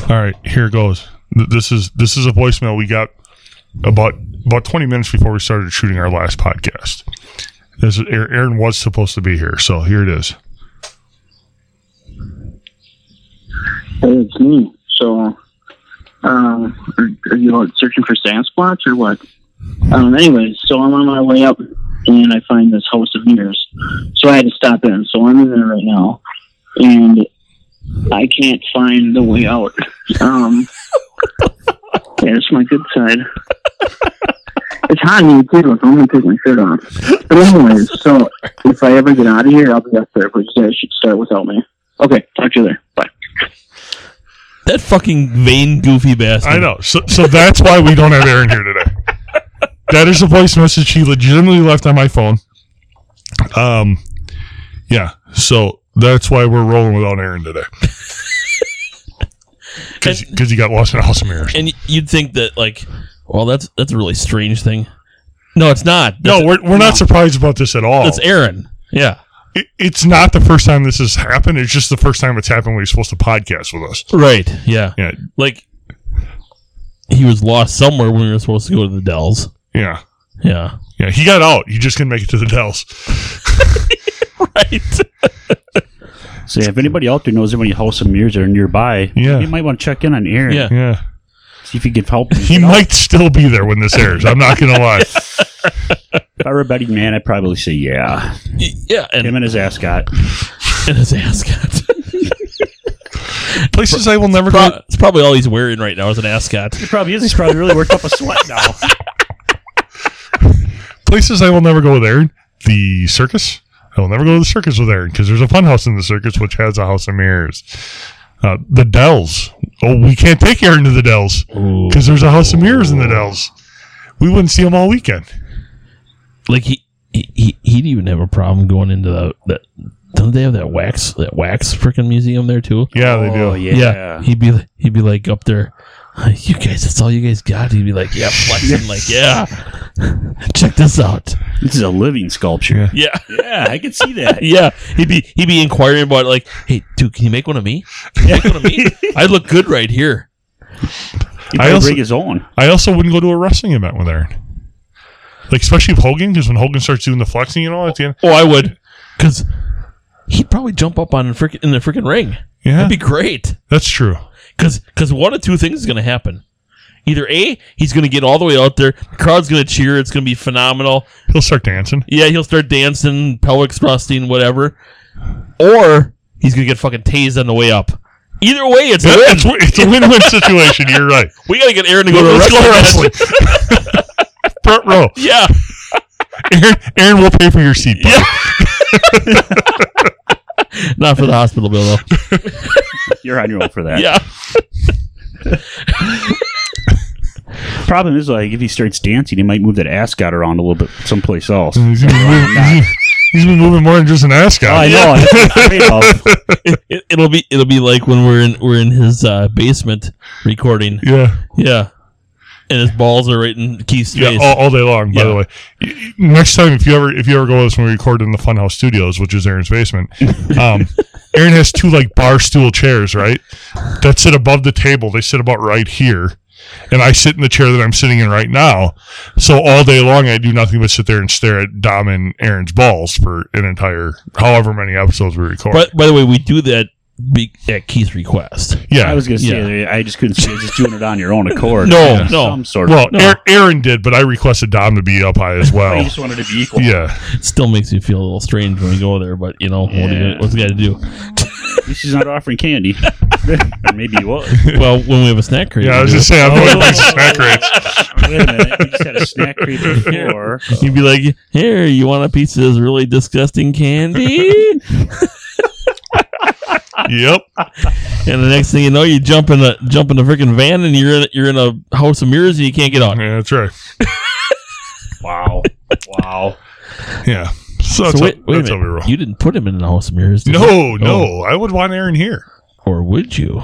All right, here goes. Th- This is this is a voicemail we got about about 20 minutes before we started shooting our last podcast. This is, Aaron Aaron was supposed to be here, so here it is.
Hey, it's me. So, um, are, are you like, searching for Sasquatch or what? Um, anyways, so I'm on my way up and I find this house of mirrors. So I had to stop in. So I'm in there right now and I can't find the way out. Um, yeah, that's my good side. It's hot in here too. If I'm gonna take my shirt off. But anyways, so if I ever get out of here, I'll be up there. But you guys should start without me. Okay, talk to you later. Bye.
That fucking vain, goofy bastard.
I know. So, so that's why we don't have Aaron here today. That is a voice message he legitimately left on my phone. Um, yeah. So that's why we're rolling without Aaron today. Because he got lost in a house of mirrors.
And y- you'd think that, like, well, that's that's a really strange thing. No, it's not. That's,
No, we're, we're not surprised about this at all.
that's Aaron. Yeah.
It- it's not the first time this has happened. It's just the first time it's happened when he's supposed to podcast with us.
Right. Yeah.
Yeah.
Like, he was lost somewhere when we were supposed to go to the Dells.
Yeah.
Yeah.
Yeah. He got out. He just couldn't make it to the Dells.
Right.
So if anybody out there knows of any House of Mirrors that are nearby,
Yeah.
you might want to check in on Aaron.
Yeah.
Yeah.
See if he could help.
He might still be there when this airs. I'm not going to lie.
If I were a betting man, I'd probably say yeah.
yeah. And,
Him and his ascot.
and his ascot.
Places I will never go.
Pro- it's probably all he's wearing right now is an ascot.
He probably is. He's probably really worked up a sweat now.
places I will never go with Aaron. The circus. I will never go to the circus with Aaron because there's a fun house in the circus which has a house of mirrors. Uh, the Dells. Oh, we can't take Aaron to the Dells because there's a house of mirrors in the Dells. We wouldn't see him all weekend.
Like he, he, he he'd even have a problem going into the that. Don't they have that wax that wax freaking museum there too?
Yeah, they do.
Oh, yeah.
He'd be li- he'd be like up there. "Uh, You guys, that's all you guys got. He'd be like, yeah, flexing, like, yeah. Check this out.
This is a living sculpture.
Yeah,
Yeah, I could see that.
yeah. He'd be he'd be inquiring about like, hey, dude, can you make one of me? Can you make one of me. I'd look good right here.
He
I
could
also-
bring his own.
I also wouldn't go to a wrestling event with Aaron. Like especially with Hogan, because when Hogan starts doing the flexing and all at the end,
Oh, I would, because he'd probably jump up on a frickin- in the freaking ring.
yeah,
That'd be great.
that's true.
Because because one of two things is going to happen. Either A, he's going to get all the way out there. The crowd's going to cheer. It's going to be phenomenal.
He'll start dancing.
Yeah, he'll start dancing, pelvic thrusting, whatever. Or he's going to get fucking tased on the way up. Either way, it's a
Yeah,
win.
it's, it's a win-win situation. You're right.
We got to get Aaron to go to a
Let's
wrestling.
go
match.
wrestling. Front row.
Yeah,
Aaron, Aaron will pay for your seat. bud.
not for the hospital bill though.
You're on your own for that.
Yeah,
Problem is, like, if he starts dancing, he might move that ascot around a little bit someplace else.
He's been, moving, he's been moving more than just an
Oh, I
ascot.
know. That's what I'm afraid of.
it, it'll be it'll be like when we're in we're in his uh, basement recording.
Yeah,
Yeah, and his balls are right in Keith's
yeah,
face.
all, all day long. By
Yeah.
the way, Y- y- next time if you ever if you ever go with us when we record in the Funhouse Studios, which is Aaron's basement, um, Aaron has two like bar stool chairs, right? That sit above the table. They sit about right here, and I sit in the chair that I'm sitting in right now. So all day long, I do nothing but sit there and stare at Dom and Aaron's balls for an entire however many episodes we record.
But by the way, we do that be- at Keith's request.
yeah,
I was going to
Yeah.
say, I just couldn't see it. Just doing it on your own accord.
No,
Yeah.
no.
Some sort
Well,
of.
Aar- Aaron did, but I requested Dom to be up high as
I
well.
just wanted to be equal.
Oh. yeah,
still makes me feel a little strange when we go there, but you know, what do you,
Yeah.
what's got to do?
At least he's not offering candy. or maybe he was.
Well, when we have a snack crate,
yeah. I was just saying, I'm
Oh,
going to Oh, snack rates.
Wait a minute. We just had a snack creep before.
you'd be like, "Here, you want a piece of this really disgusting candy?"
Yep.
and the next thing you know, you jump in a jump in a freaking van, and you're in you're in a house of mirrors, and you can't get out.
Yeah, that's right.
Wow. Wow.
Yeah. So, that's,
so wait,
how,
wait a
that's how we roll.
minute, you didn't put him in a house of mirrors, did you? Oh.
no, no, I would want Aaron here.
or would you?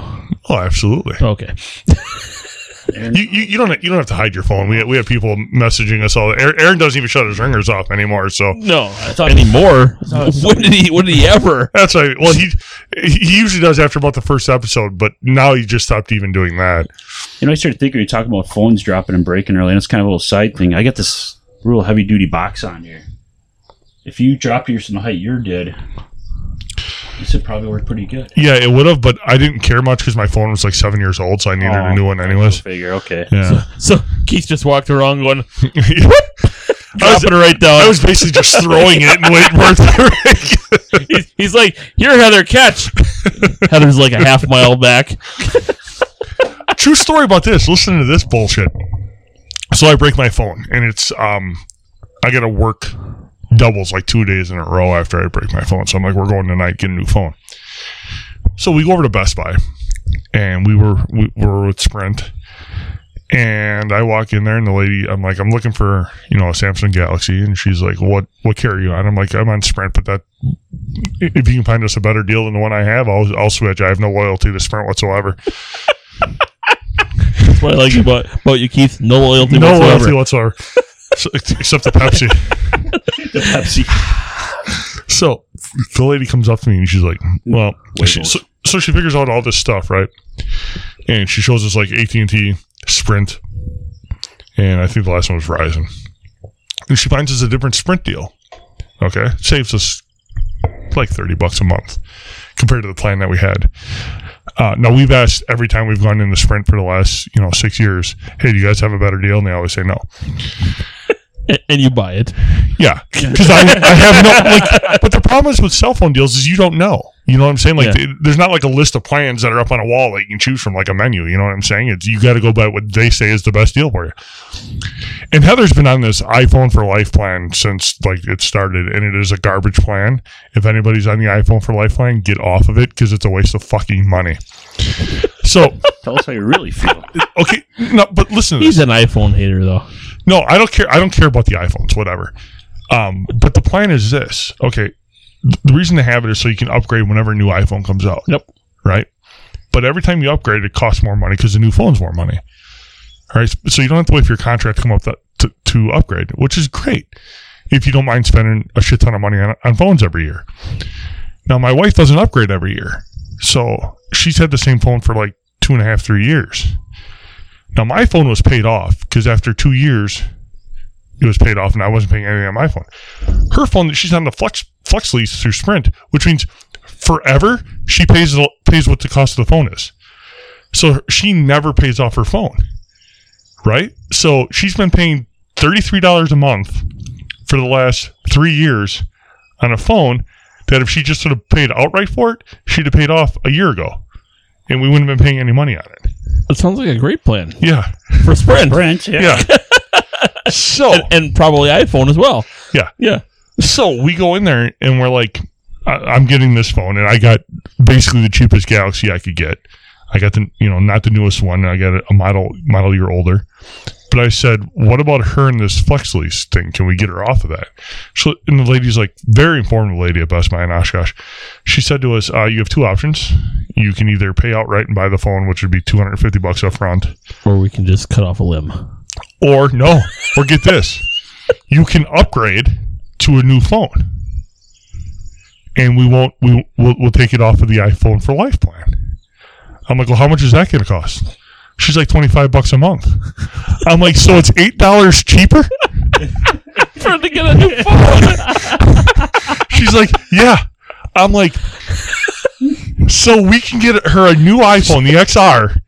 Oh, absolutely.
Okay,
You, you, you don't you don't have to hide your phone. We we have people messaging us all. Aaron, Aaron doesn't even shut his ringers off anymore. So
no, anymore. When did he? When did he ever?
that's right. Well, he he usually does after about the first episode, but now he just stopped even doing that.
You know, I started thinking we were talking about phones dropping and breaking earlier, and it's kind of a little side thing. I got this real heavy duty box on here. If you drop yours from the height you're dead, this would probably work pretty good.
Yeah, it would have, but I didn't care much because my phone was like seven years old, so I needed
Oh,
a new one anyways.
Figure, okay.
Yeah.
So Keith just walked around, going,
I was,
dropping it right down.
I was basically just throwing it and waiting for it to ring.
he's, he's like, "Here, Heather, catch." Heather's like a half mile back.
True story about this. Listen to this bullshit. So I break my phone, and it's um, I gotta work doubles like two days in a row after I break my phone. So I'm like, we're going tonight, get a new phone. So we go over to Best Buy, and we were we were with Sprint, and I walk in there, and the lady, I'm like, I'm looking for you know a Samsung Galaxy, and she's like, what what carrier are you on? I'm like, I'm on Sprint, but that if you can find us a better deal than the one I have, I'll I'll switch. I have no loyalty to Sprint whatsoever.
That's what I like about, about you, Keith. No loyalty
no
whatsoever.
loyalty whatsoever, So- except the Pepsi. So the lady comes up to me and she's like, "Well, she, so, so she figures out all this stuff, right?" And she shows us like AT and T, Sprint, and I think the last one was Verizon. And she finds us a different Sprint deal. Okay, saves us like thirty bucks a month compared to the plan that we had. Uh, now we've asked every time we've gone in the Sprint for the last you know six years, "Hey, do you guys have a better deal?" And they always say no.
A- And you buy it.
Yeah, because I, I have no like. But the problem is with cell phone deals is you don't know. You know what I'm saying? Like,
Yeah.
th- there's not like a list of plans that are up on a wall that you can choose from, like a menu. You know what I'm saying? It's you got to go by what they say is the best deal for you. And Heather's been on this iPhone for Life plan since like it started, and it is a garbage plan. If anybody's on the iPhone for Life plan, get off of it because it's a waste of fucking money. So
Tell us how you really feel.
okay, no, but listen. To this.
He's an iPhone hater, though.
No, I don't care. I don't care about the iPhones, whatever. Um, but the plan is this. Okay. th- The reason they have it is so you can upgrade whenever a new iPhone comes out.
Yep.
Right. But every time you upgrade, it costs more money because the new phone's more money. All right. So you don't have to wait for your contract to come up that, to, to upgrade, which is great if you don't mind spending a shit ton of money on, on phones every year. Now, my wife doesn't upgrade every year. So she's had the same phone for like two and a half, three years. Now, my phone was paid off because after two years, it was paid off and I wasn't paying anything on my phone. Her phone, she's on the flex, flex lease through Sprint, which means forever she pays, the- pays what the cost of the phone is. So her- she never pays off her phone, right? So she's been paying $33 a month for the last three years on a phone that if she just would have paid outright for it, she'd have paid off a year ago and we wouldn't have been paying any money on it.
That sounds like a great plan
Yeah.
for Sprint
Brent, yeah.
Yeah. so
and, and probably iPhone as well.
Yeah.
yeah.
so we go in there and we're like, I- I'm getting this phone, and I got basically the cheapest Galaxy I could get. I got the you know not the newest one. I got a, a model model year older. But I said, what about her and this flex lease thing? Can we get her off of that? So and the lady's like, very informative lady at Best Buy in Oshkosh. She said to us, uh, you have two options. You can either pay outright and buy the phone, which would be 250 bucks up front,
Or we can just cut off a limb.
or no, or get this, you can upgrade to a new phone, and we won't we we'll, we'll take it off of the iPhone for life plan. I'm like, well, how much is that going to cost? She's like twenty five bucks a month. I'm like, so it's eight dollars cheaper.
For to get a new phone.
She's like, yeah. I'm like, so we can get her a new iPhone, the XR,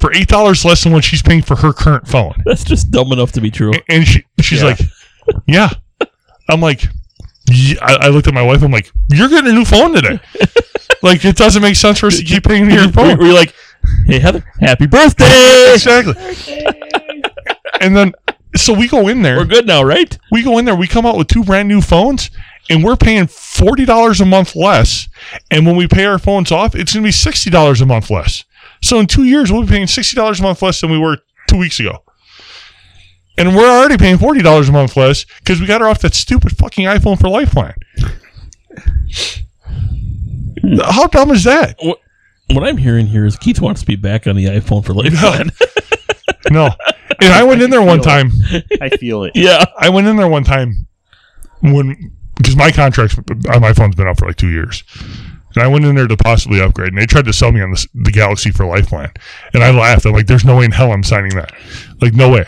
for eight dollars less than what she's paying for her current phone.
That's just dumb enough to be true.
A- and she she's like, yeah. I'm like, "Ye-" I, I looked at my wife. I'm like, you're getting a new phone today. like it doesn't make sense for us to keep paying for your
We-
phone.
We're like, hey Heather, happy birthday.
exactly. and then so we go in
We're
there.
good now, right?
We go in there. We come out with two brand new phones. And we're paying forty dollars a month less, and when we pay our phones off, it's going to be sixty dollars a month less. So in two years, we'll be paying sixty dollars a month less than we were two weeks ago. And we're already paying forty dollars a month less because we got her off that stupid fucking iPhone for Lifeline. How dumb is that?
What I'm hearing here is Keith wants to be back on the iPhone for life. plan.
No. And I went in there one time.
I feel it.
yeah.
I went in there one time when because my contract's on my phone's been out for like two years, and I went in there to possibly upgrade, and they tried to sell me on this, the Galaxy for Life plan, and I laughed. I'm like, "There's no way in hell I'm signing that. Like, no way.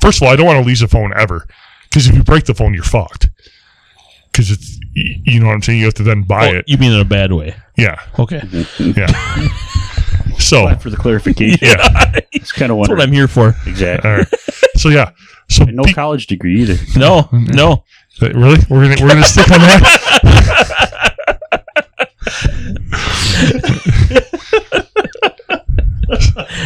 First of all, I don't want to lease a phone ever because if you break the phone, you're fucked. Because it's y- you know what I'm saying. You have to then buy
Oh,
it.
you mean in a bad way.
Yeah,
Okay.
yeah. so
Glad for the clarification.
Oh. yeah,
It's kind of
That's what I'm here for.
Exactly.
all right. So yeah. So
And no
pe-
college degree either.
No, no.
really, we're gonna we're gonna stick on that.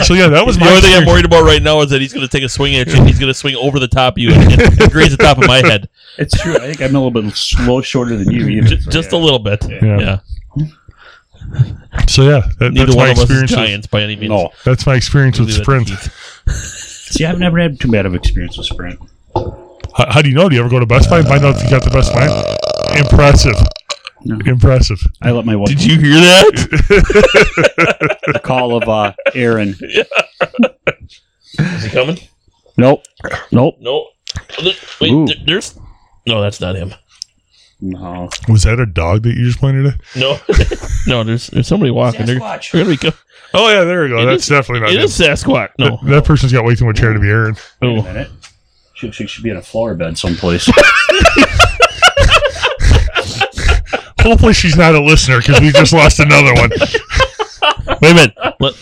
So yeah, that was
the
my
only thing I'm
experience.
worried about right now is that he's going to take a swing at you. and He's going to swing over the top of you and, and graze the top of my head
It's true. I think I'm a little bit slow, shorter than you.
J- just a little bit.
Yeah.
Yeah.
So yeah, that,
Neither
that's
one
my
of us is
experience. with-
giants by any means.
No.
That's my experience with
Neither that
Sprint.
Keith.
See, I've never had too bad of experience with Sprint.
How, how do you know? Do you ever go to Best Buy and find out if you got the Best Buy? Impressive.
No.
Impressive.
I let my wife
Did you hear that?
the call of uh, Aaron.
Is he coming?
Nope. Nope.
No. Th- Wait,
Ooh.
th- there's. No, that's not him.
No.
Was that a dog that you just pointed at?
No, no, there's there's somebody walking. They're,
Sasquatch.
they're gonna be. co-
Oh yeah, there we go.
It
that's
is-
definitely not
It
him.
is Sasquatch. No,
That, that person's got way too much hair to be Aaron.
Wait a
oh,
minute. She, she should be in a flower bed someplace.
Hopefully she's not a listener because we just lost another one.
wait a minute. Let-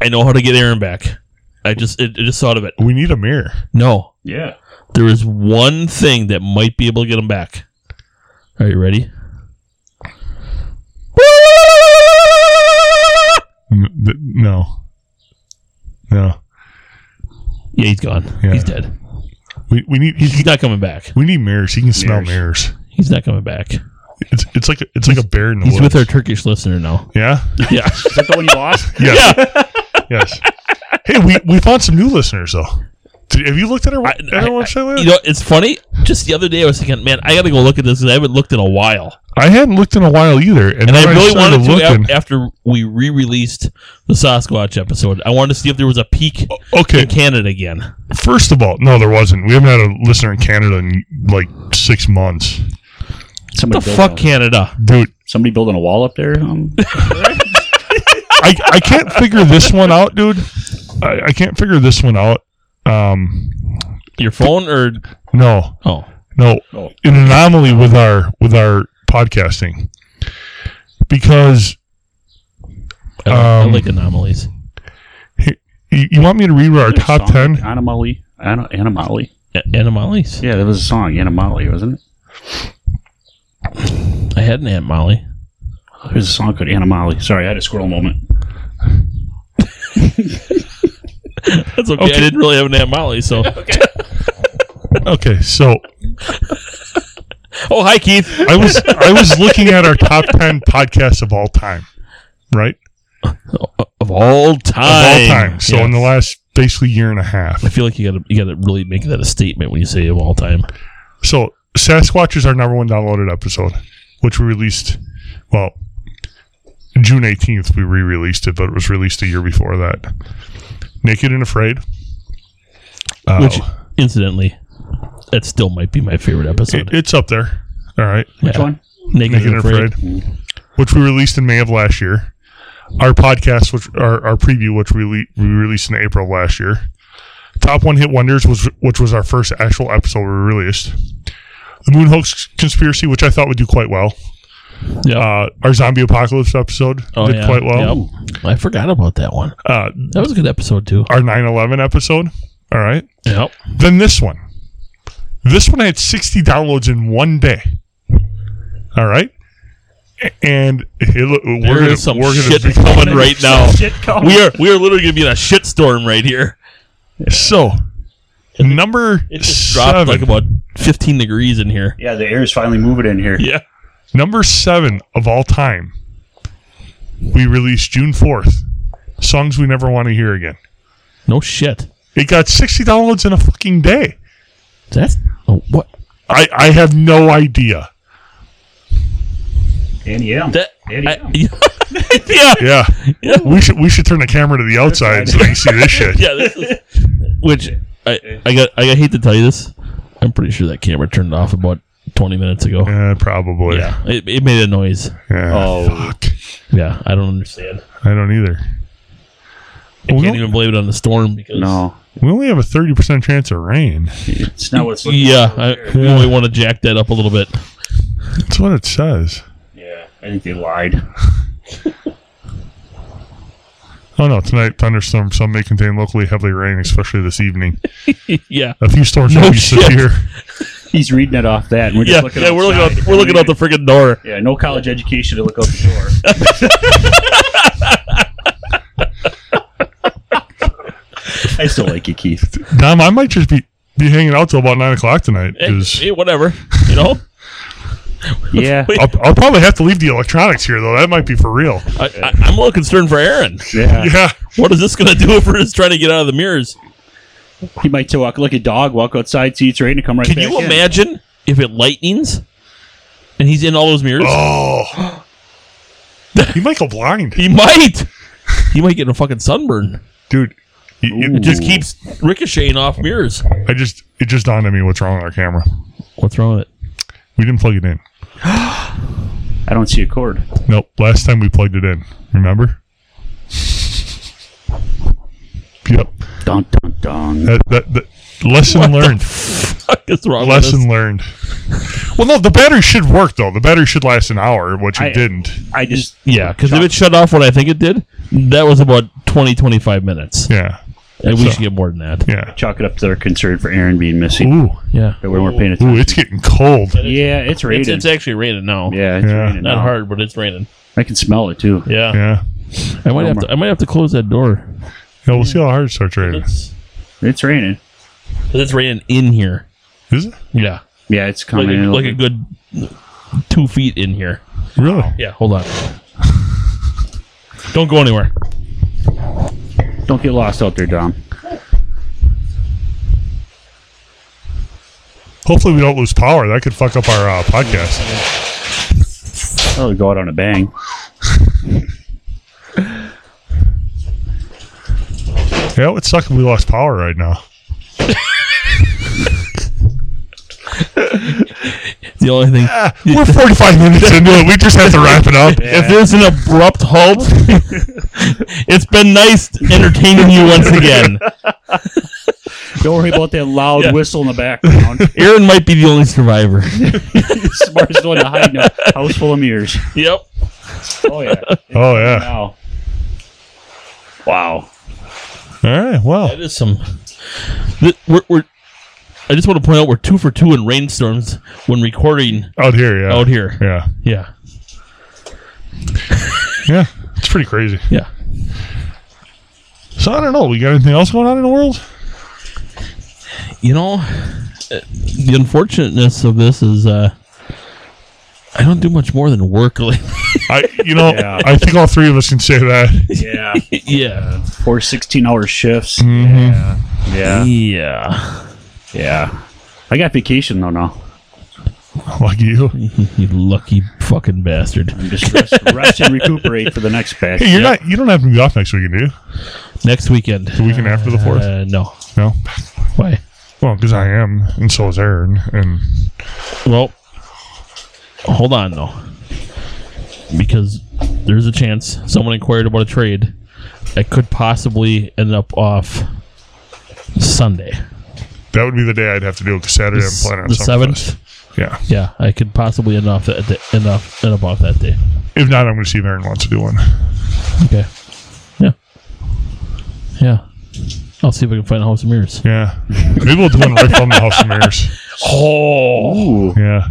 I know how to get Aaron back. I just it, I just thought of it.
We need a mirror.
No,
yeah.
there is one thing that might be able to get him back. Are you ready?
N- th- No. No.
Yeah, he's gone.
Yeah.
He's dead.
We, we need
He's, he's not coming back.
we need mirrors. He can smell mirrors.
Mirrors.
He's not coming back.
It's it's like a, it's like a bear in the
He's
woods.
with our Turkish listener now.
yeah.
Yeah.
Is that the one you lost?
Yes. yes. Hey, we, we found some new listeners though. Did, have you looked at our,
I-
at our
I-
website?
You
yet?
know, it's funny. Just the other day, I was thinking, man, I got to go look at this because I haven't looked in a while.
I hadn't looked in a while either, and,
And
then
I really
started
wanted to
looking.
af- after we re-released the Sasquatch episode. I wanted to see if there was a peak
okay,
in Canada again.
first of all, no, there wasn't. We haven't had a listener in Canada in like six months,
Somebody
The
built
fuck,
a-
Canada?
dude.
Somebody building a wall up there. Um,
I, I can't figure this one out, dude. I, I can't figure this one out. Um,
Your phone or
no,
oh,
no,
Oh.
an anomaly with our with our podcasting because
I, I
Um,
like anomalies.
you, you want me to read our top ten.
Animali. Ana- Animali.
A- anomalies.
Yeah, there was a song, Animali, wasn't it?
I had an Aunt Molly.
There's a song called Animali. Sorry, I had a squirrel moment.
That's okay. I didn't really have an Aunt Molly, so.
Okay, so
oh, hi, Keith.
I was I was looking at our top ten podcasts of all time, right?
Of all
Of
time.
all time. So in the
Yes.
last basically year and a half.
I feel like you gotta you gotta really make that a statement when you say of all time.
So Sasquatch is our number one downloaded episode, which we released. Well, June eighteenth we re-released it, but it was released a year before that. Naked and Afraid. Uh,
Which, incidentally, that still might be my favorite episode.
it- it's up there. All right,
Which one?
Naked,
Naked
and Afraid.
which we released in May of last year. Our podcast, which our, our preview, which we, le- we released in April of last year. Top one hit wonders was which was our first actual episode we released. The moon hoax conspiracy, which I thought would do quite well.
Yeah.
Uh, our zombie apocalypse episode
Oh,
did
yeah.
quite well.
Yep. I forgot about that one.
Uh,
That was a good episode too.
our 9/11 episode. All right.
Yep.
Then this one. This one had 60 downloads in one day. All right. A- And it, look, we're
There
gonna,
is some
we're gonna
shit
be-
coming right now.
Shit, come
We are we are literally gonna be in a shit storm right here.
So, number
It just dropped
seven,
like about fifteen degrees in here.
Yeah, the air is finally moving in here.
Yeah.
number seven of all time. We released June fourth. Songs we never want to hear again.
No shit.
It got sixty downloads in a fucking day.
That's oh, what
I I have no idea.
And yeah.
that.
And
I-
E yeah.
yeah. yeah.
Yeah, we should we should turn the camera to the outside so you can see this shit.
This is, which I I got I hate to tell you this. I'm pretty sure that camera turned off about twenty minutes ago.
Uh, probably. Yeah.
Yeah. It, it made a noise.
Oh.
Fuck.
Yeah. I don't understand.
I don't either.
I
Well, we,
can't
don't-
even blame it on the storm because
No.
we only have a thirty percent chance of rain.
It's not what it's looking
Yeah,
for
I,
over
we only want to jack that up a little bit.
That's what it says.
here. Yeah. I think they lied.
Oh no! Tonight thunderstorm. Some may contain locally heavily rain, especially this evening.
yeah,
A few storms
No
will be
shit.
severe.
He's reading it off that. And we're
yeah,
just looking
yeah. We're looking
outside.
out. We're looking out the friggin' door.
Yeah, no college education to look out the door. I still like you, Keith.
Dom, I might just be, be hanging out till about nine o'clock tonight.
Hey,
'cause
hey, whatever. You know,
Yeah.
Wait.
I'll, I'll probably have to leave the electronics here though. That might be for real.
I, I, I'm a little concerned for Aaron.
Yeah.
Yeah,
What is this going to do if we're just trying to get out of the mirrors?
He might to walk like a dog, walk outside, see it's raining, and come right
Can
back
you
in.
imagine if it lightnings and he's in all those mirrors?
Oh. he might go blind.
He might. He might get a fucking sunburn.
Dude, you- you-
Ooh.
It just keeps ricocheting off mirrors.
I just it just dawned on me what's wrong with our camera.
What's wrong with it?
We didn't plug it in.
I don't see a cord.
Nope. Last time we plugged it in. Remember? Yep.
Dun dun dun.
Uh,
That, that, that- lesson learned.
Fuck is wrong
lesson
with
learned. Well, no, the battery should work though. The battery should last an hour, which it
I-
didn't.
I just
this? Yeah, because if it shut off what I think it did, that was about 20, 25 minutes.
Yeah.
and we
so-
should get more than that.
Yeah.
chalk it up to their concern for Aaron being missing.
Ooh.
Yeah.
That we weren't paying
Ooh,
attention.
it's getting cold.
yeah, it's
It's,
raining.
it's actually raining now.
yeah, it's
Yeah.
raining.
Not
now.
hard, but it's raining.
I can smell it too.
Yeah.
Yeah.
I might have to I might have to close that door.
Yeah, we'll see how hard it starts raining.
It's,
It's raining.
'cause it's raining in here.
Is it?
Yeah.
Yeah, it's
Like
coming.
a,
in
like a good two feet in here.
Really?
Yeah, hold on. Don't go anywhere.
Don't get lost out there, Dom.
Hopefully we don't lose power. That could fuck up our uh, podcast.
That'll Oh, go out on a bang.
Yeah, it would suck if we lost power right now.
The only thing
Ah, we're 45 minutes into it. We just have to wrap it up.
if there's an abrupt halt, it's been nice entertaining you once again.
Don't worry about that loud
Yeah.
whistle in the background.
Aaron might be the only survivor.
Smartest one to hide in a house full of mirrors.
Yep.
Oh yeah.
Oh, yeah.
Wow. Wow.
All right. Well,
That is some. Th- we're, we're, I just want to point out we're two for two in rainstorms when recording
out here, yeah.
out here.
Yeah.
Yeah.
Yeah. It's pretty crazy.
Yeah.
So I don't know. We got anything else going on in the world?
you know uh, the unfortunateness of this is uh i don't do much more than work like
I, you know,
Yeah.
I think all three of us can say that.
Yeah.
yeah
Four 16 hour shifts. Yeah.
yeah
Yeah. I got vacation though now.
Like you. Hey,
you lucky fucking bastard
I'm just rest, rest and recuperate for the next batch.
you're not. You don't have to be off next weekend, do you?
next weekend
The weekend after the fourth?
uh, no
No.
why
Well, because I am, and so is Aaron, and
well hold on though because there's a chance someone inquired about a trade i could possibly end up off sunday
that would be the day I'd have to do it. 'cause Saturday I'm planning on
the
something with
seventh
us. Yeah.
yeah i could possibly end off that end off end up off that day
If not, I'm going to see if Aaron wants to do one.
Okay. Yeah. Yeah. I'll see if I can find a house of mirrors.
Yeah. Maybe we'll do one right from the House of Mirrors.
Oh.
Ooh.
Yeah.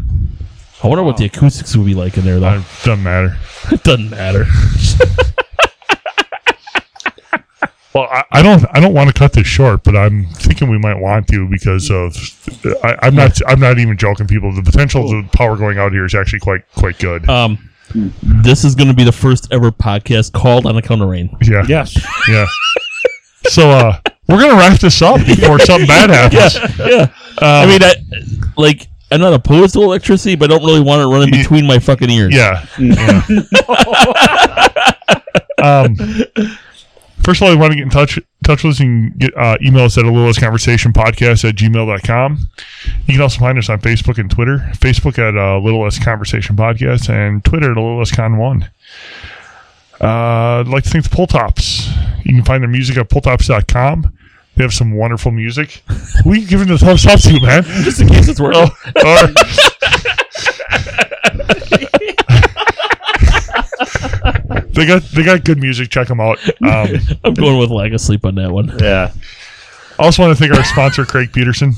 I wonder what the acoustics would be like in there, though.
It doesn't matter.
it doesn't matter.
Well, I, I don't. I don't want to cut this short, but I'm thinking we might want to because of. I, I'm not. I'm not even joking, people. The potential of the power going out here is actually quite quite good.
Um, this is going to be the first ever podcast called on account of rain.
yeah.
Yes.
Yeah. so uh, we're gonna wrap this up before something bad happens.
Yeah. I mean, I, like, I'm not opposed to electricity, but I don't really want it running
Yeah.
between my fucking ears.
Yeah. yeah. um, first of all, you want to get in touch touch with us, you can get uh, email us at a conversation podcast at gmail.com. You can also find us on Facebook and Twitter. Facebook at uh, Little Less Conversation Podcast and Twitter at a Little Less Con One. Uh, I'd like to thank the Pull Tops. You can find their music at pulltops.com. They have some wonderful music. Who are you giving the thumbs up to, man?
Just in case it's working.
Or- they got they got good music. Check them out. Um,
I'm going with lack of sleep on that one.
Yeah.
I also want to thank our sponsor, Craig Peterson.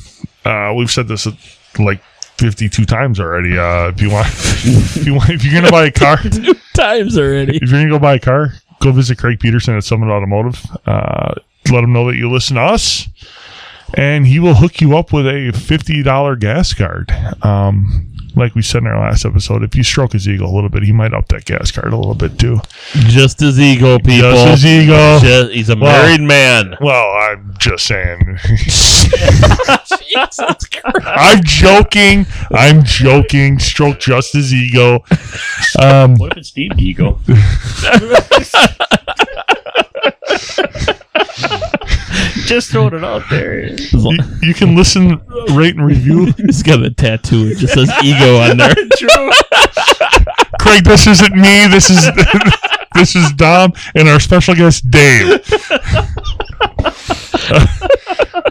Uh, we've said this uh, like fifty-two times already. Uh, if you want, if you want, if you're gonna buy a car, if
Times already.
you're gonna go buy a car, go visit Craig Peterson at Summit Automotive. Uh, let him know that you listen to us, and he will hook you up with a $50 gas card. Um, like we said in our last episode, if you stroke his ego a little bit, he might up that gas card a little bit too.
Just his ego, people.
his ego.
Ju- he's a
Well-
married man.
Well, I'm just saying. I'm joking. I'm joking. Stroke just his ego. Um,
What if it's Steve Eagle?
Just throwing it out there.
you, you can listen, rate, and review.
He's got a tattoo. It just says ego on there.
Craig, this isn't me. This is this is Dom and our special guest Dave.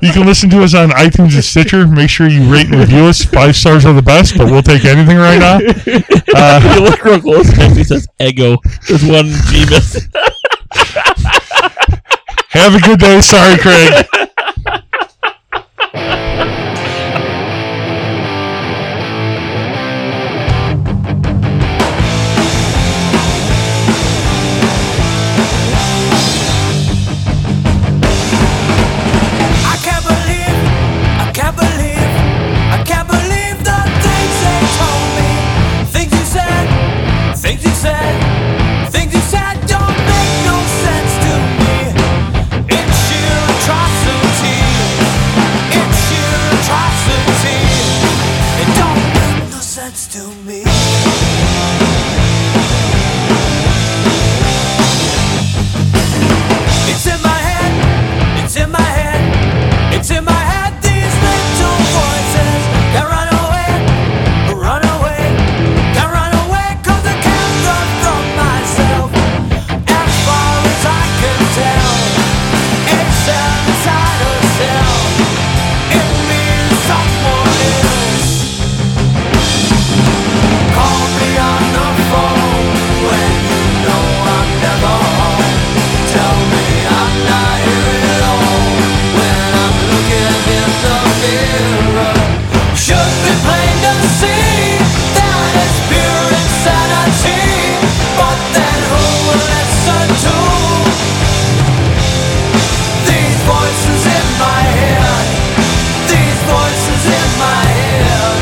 you can listen to us on iTunes and Stitcher. Make sure you rate and review us. Five stars are the best, but we'll take anything right now.
if you look real close, it says ego. There's one G miss.
Have a good day. Sorry, Craig.
I can't believe, I can't believe, I can't believe the things they told me. Things you said, things you said, things you said don't make no sense to me. It's sheer atrocity. It's sheer atrocity. It don't make no sense to me. It's in my head. It's in my head. It's in my head. These little voices can run away, run away, can run away 'cause I can't run from myself. As far as I can tell, it's an insider cell. It means someone else. Call me on the phone when you know I'm never home. Tell me I'm not here at all when I'm looking in the mirror. Should be plain to see that it's pure insanity. But then who will listen to these voices in my head? These voices in my head.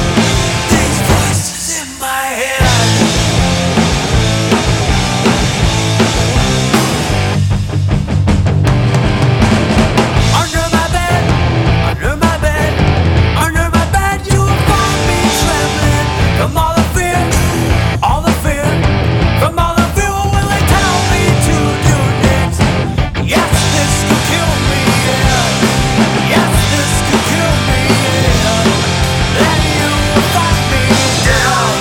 These voices in my head. Under my bed, under my bed, under my bed, you will find me trembling from all the fear, all the fear, from all the fear. What will they tell me to do next? Yes, this could kill me. Yeah. Yes, this could kill me. Yeah. Then you will find me down.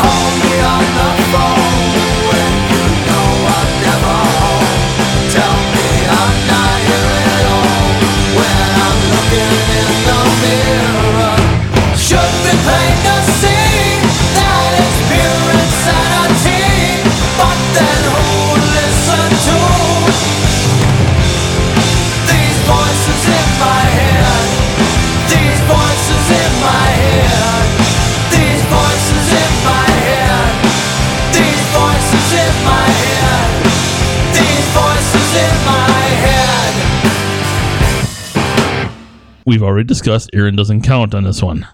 Call me on the phone when you know I'm never home. Tell me I'm not here at all when I'm looking in the mirror. Should be plain to see that it's pure insanity, but then who would listen to these voices in my head? These voices in my head. These voices in my head. These voices in my head. These voices in my head.
We've already discussed Aaron doesn't count on this one.